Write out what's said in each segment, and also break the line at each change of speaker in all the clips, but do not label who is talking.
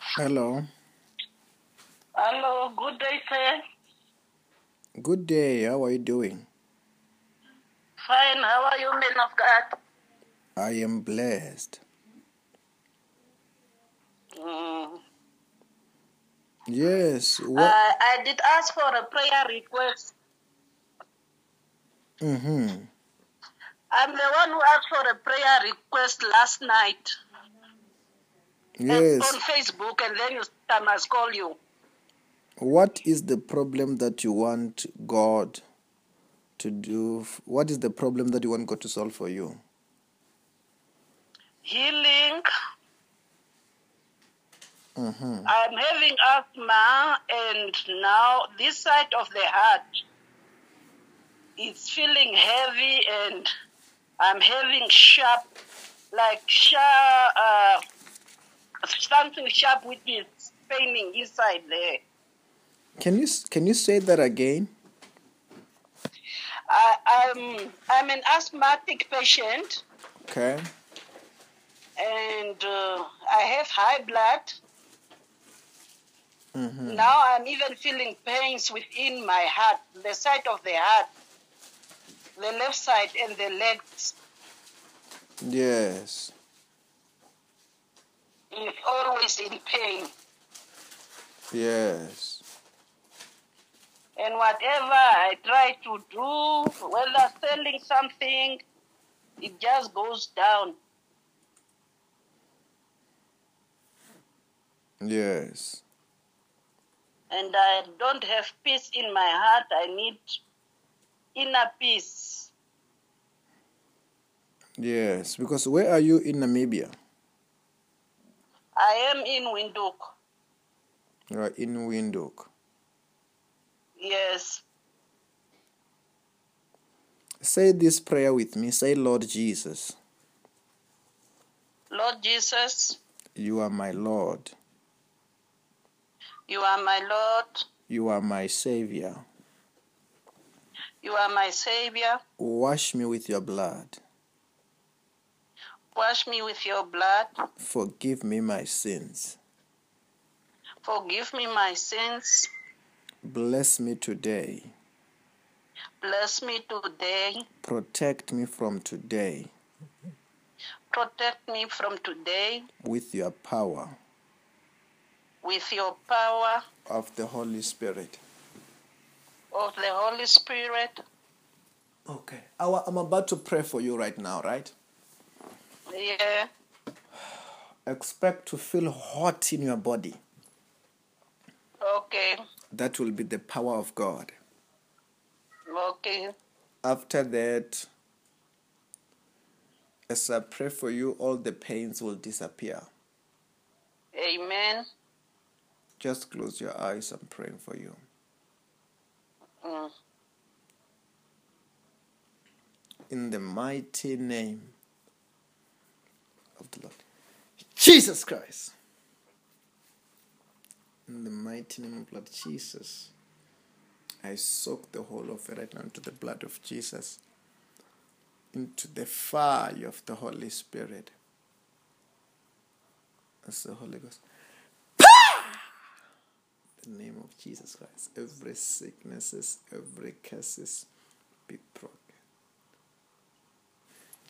Hello.
Hello, good day, sir.
Good day. How are you doing?
Fine, how are you, men of God?
I am blessed.
Mm.
Yes. What?
I, Uh, I did ask for a prayer request.
Mm-hmm.
I'm the one who asked for a prayer request last night and on
Yes.
Facebook, and then you, I must call you.
What is the problem that you want God to do? f- What is the problem that you want God to solve for you?
Healing.
Mm-hmm.
I'm having asthma, and now this side of the heart is feeling heavy, and I'm having sharp, like sharp, uh, something sharp which is paining inside there.
Can you s- can you say that again?
I, I'm I'm an asthmatic patient,
Okay.
and uh, I have high blood.
Mm-hmm.
Now I'm even feeling pains within my heart, the side of the heart, the left side, and the legs.
Yes.
It's always in pain.
Yes.
And whatever I try to do, whether selling something, it just goes down.
Yes.
And I don't have peace in my heart. I need inner peace.
Yes. Because where are you in Namibia?
I am in Windhoek.
You are in Windhoek.
Yes.
Say this prayer with me. Say, Lord Jesus,
Lord Jesus,
you are my Lord.
you are my Lord.
You are my Savior.
You are my Savior.
Wash me with your blood.
Wash me with your blood.
Forgive me my sins.
Forgive me my sins.
Bless me today.
Bless me today.
Protect me from today
Protect me from today
with your power
with your power
of the Holy Spirit.
of the Holy Spirit.
Okay. I wa- I'm about to pray for you right now, right?
Yeah.
Expect to feel hot in your body.
Okay.
That will be the power of God.
Okay.
After that, as I pray for you, all the pains will disappear.
Amen.
Just close your eyes. I'm praying for you.
Mm.
in the mighty name of the Lord. Jesus Christ. In the mighty name of Lord Jesus. I soak the whole of it right now into the blood of Jesus, into the fire of the Holy Spirit. That's the Holy Ghost. In the name of Jesus Christ. Every sicknesses, every curses be broken.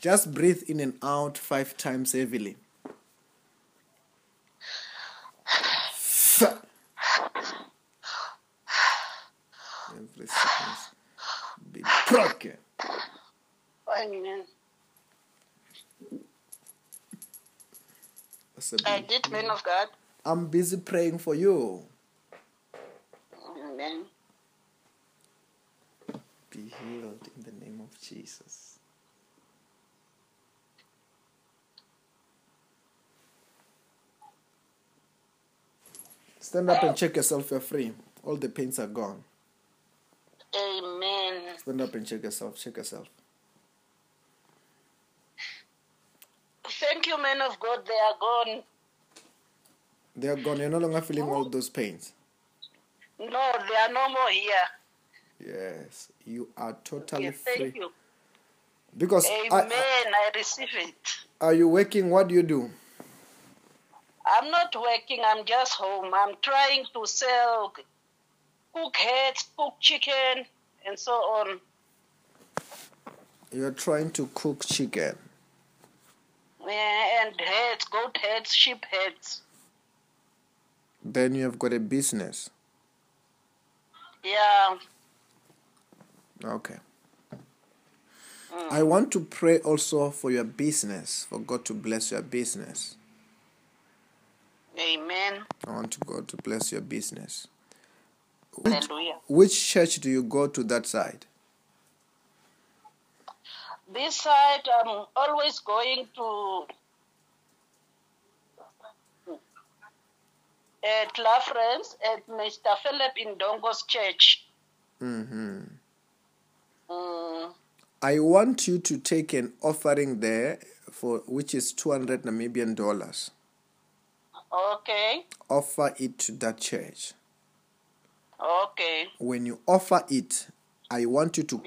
Just breathe in and out five times heavily. Every sickness be broken.
Amen.
That's a
I
big-
did, man of God.
I'm busy praying for you.
Amen.
Be healed in the name of Jesus. Stand up and check yourself. You're free. All the pains are gone.
Amen.
Stand up and check yourself. Check yourself.
Thank you, men of God. They are gone.
They are gone. You're no longer feeling all those pains.
No, they are no more here.
Yes, you are totally
Yes, thank
free.
you.
Because I,
Amen.
I-
I receive it.
are you working? What do you do?
I'm not working, I'm just home. I'm trying to sell, cook heads, cook chicken, and so on.
You're trying to cook chicken.
Yeah, Eh, and heads, goat heads, sheep heads.
Then you have got a business.
Yeah.
Okay.
Mm.
I want to pray also for your business, for God to bless your business.
Amen.
I want to God to bless your business. Which,
Hallelujah.
which church do you go to that side?
This side, I'm always going to at La France at Mr. Philip Indongo's church.
hmm
Mm,
I want you to take an offering there for which is 200 Namibian dollars.
okay,
Offer it to that church.
okay,
When you offer it, I want you to